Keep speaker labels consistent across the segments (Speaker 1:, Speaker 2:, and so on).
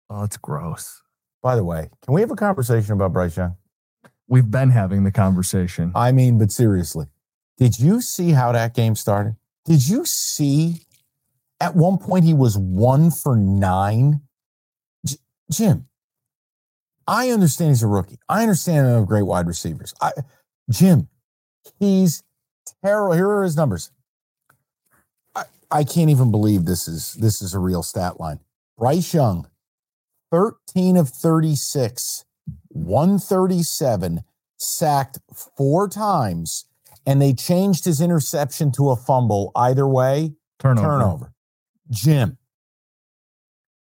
Speaker 1: Oh, it's gross.
Speaker 2: By the way, can we have a conversation about Bryce Young?
Speaker 1: We've been having the conversation.
Speaker 2: I mean, but seriously, did you see how that game started? Did you see at one point he was one for nine? J- Jim, I understand he's a rookie. I understand they have great wide receivers. I, Jim, he's terrible. Here are his numbers. I, I can't even believe this is this is a real stat line. Bryce Young, 13 of 36, 137, sacked four times and they changed his interception to a fumble. Either way,
Speaker 1: turnover.
Speaker 2: turnover. Jim,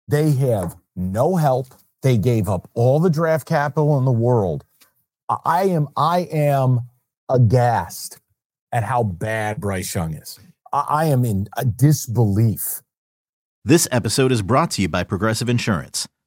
Speaker 2: they have no help. They gave up all the draft capital in the world. I- I am I am aghast at how bad Bryce Young is. I, I am in uh, disbelief.
Speaker 3: This episode is brought to you by Progressive Insurance.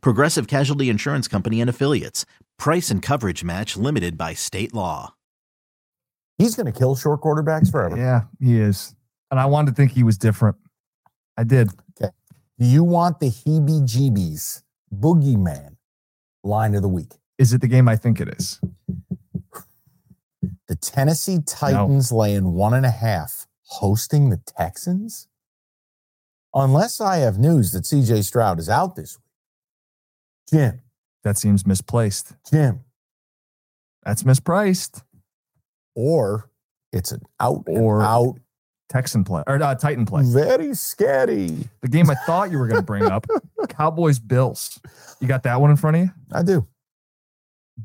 Speaker 3: Progressive Casualty Insurance Company and Affiliates. Price and coverage match limited by state law.
Speaker 2: He's going to kill short quarterbacks forever.
Speaker 1: Yeah, he is. And I wanted to think he was different. I did.
Speaker 2: Do you want the heebie-jeebies boogeyman line of the week?
Speaker 1: Is it the game I think it is?
Speaker 2: The Tennessee Titans laying one and a half, hosting the Texans? Unless I have news that CJ Stroud is out this week. Jim,
Speaker 1: That seems misplaced.
Speaker 2: Jim,
Speaker 1: That's mispriced.
Speaker 2: or it's an out and
Speaker 1: Or-
Speaker 2: out
Speaker 1: Texan play or uh, Titan play.
Speaker 2: Very scary.
Speaker 1: The game I thought you were going to bring up, Cowboys Bills. You got that one in front of you?
Speaker 2: I do.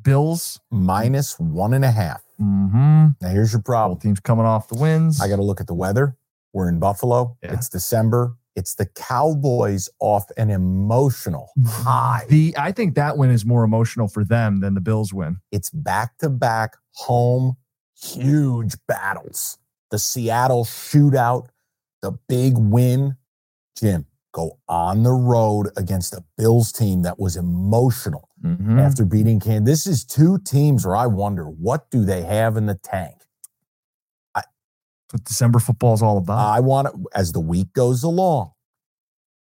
Speaker 1: Bills.
Speaker 2: Minus one and a half.
Speaker 1: Mm-hmm.
Speaker 2: Now here's your problem.
Speaker 1: Both teams coming off the wins.
Speaker 2: Oh. I got to look at the weather. We're in Buffalo.
Speaker 1: Yeah.
Speaker 2: It's December. It's the Cowboys off an emotional high.
Speaker 1: the. I think that win is more emotional for them than the Bills win.
Speaker 2: It's back to back home huge battles. The Seattle shootout, the big win. Jim, go on the road against a Bills team that was emotional
Speaker 1: Mhm.
Speaker 2: after beating Can. This is two teams where I wonder what do they have in the tank.
Speaker 1: That's what December football is all about.
Speaker 2: I want to, as the week goes along.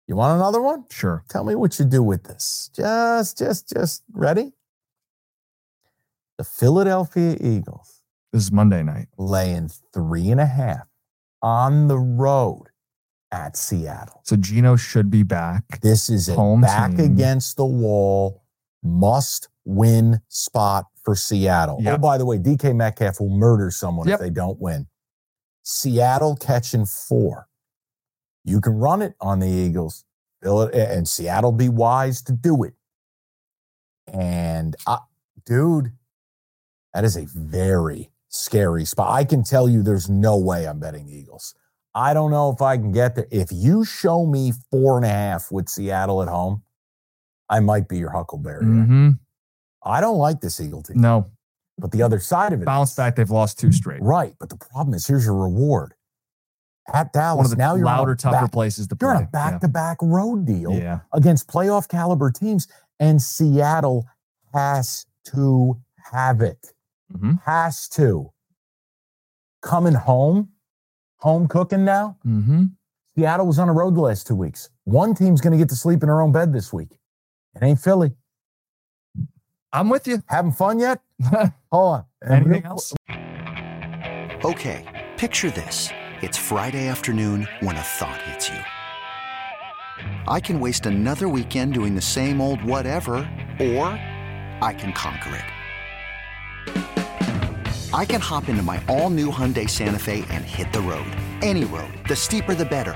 Speaker 2: You want another one?
Speaker 1: sure.
Speaker 2: Tell me what you do with this. Just, just, just ready? The Philadelphia Eagles
Speaker 1: This is Monday night.
Speaker 2: laying three and a half on the road at Seattle.
Speaker 1: So Gino should be back.
Speaker 2: This is a
Speaker 1: Home
Speaker 2: back
Speaker 1: team.
Speaker 2: against the wall, must win spot for Seattle. Oh,
Speaker 1: Yep.
Speaker 2: by the way, DK Metcalf will murder someone
Speaker 1: Yep.
Speaker 2: if they don't win. Seattle catching four. You can run it on the Eagles, Phil- and Seattle be wise to do it. And I, dude, that is a very scary spot. I can tell you there's no way I'm betting Eagles. I don't know if I can get there. If you show me four and a half with Seattle at home, I might be your Huckleberry.
Speaker 1: Mm-hmm.
Speaker 2: I don't like this Eagle team,
Speaker 1: No
Speaker 2: but the other side of it,
Speaker 1: bounce back. They've lost two straight.
Speaker 2: right? But the problem is, here's your reward at Dallas.
Speaker 1: One of the
Speaker 2: now you're on a
Speaker 1: louder, tougher
Speaker 2: back-
Speaker 1: places to play.
Speaker 2: You're on a
Speaker 1: Yeah.
Speaker 2: back-to-back road deal
Speaker 1: Yeah.
Speaker 2: against playoff caliber teams, and Seattle has to have it.
Speaker 1: Mm-hmm.
Speaker 2: Has to. Coming home, home cooking now.
Speaker 1: Mm-hmm.
Speaker 2: Seattle was on a road the last two weeks. One team's going to get to sleep in their own bed this week. It ain't Philly.
Speaker 1: I'm with you.
Speaker 2: Having fun yet? Hold on.
Speaker 1: Anything else?
Speaker 4: Okay, picture this. It's Friday afternoon when a thought hits you. I can waste another weekend doing the same old whatever, or I can conquer it. I can hop into my all new Hyundai Santa Fe and hit the road. Any road. The steeper, the better.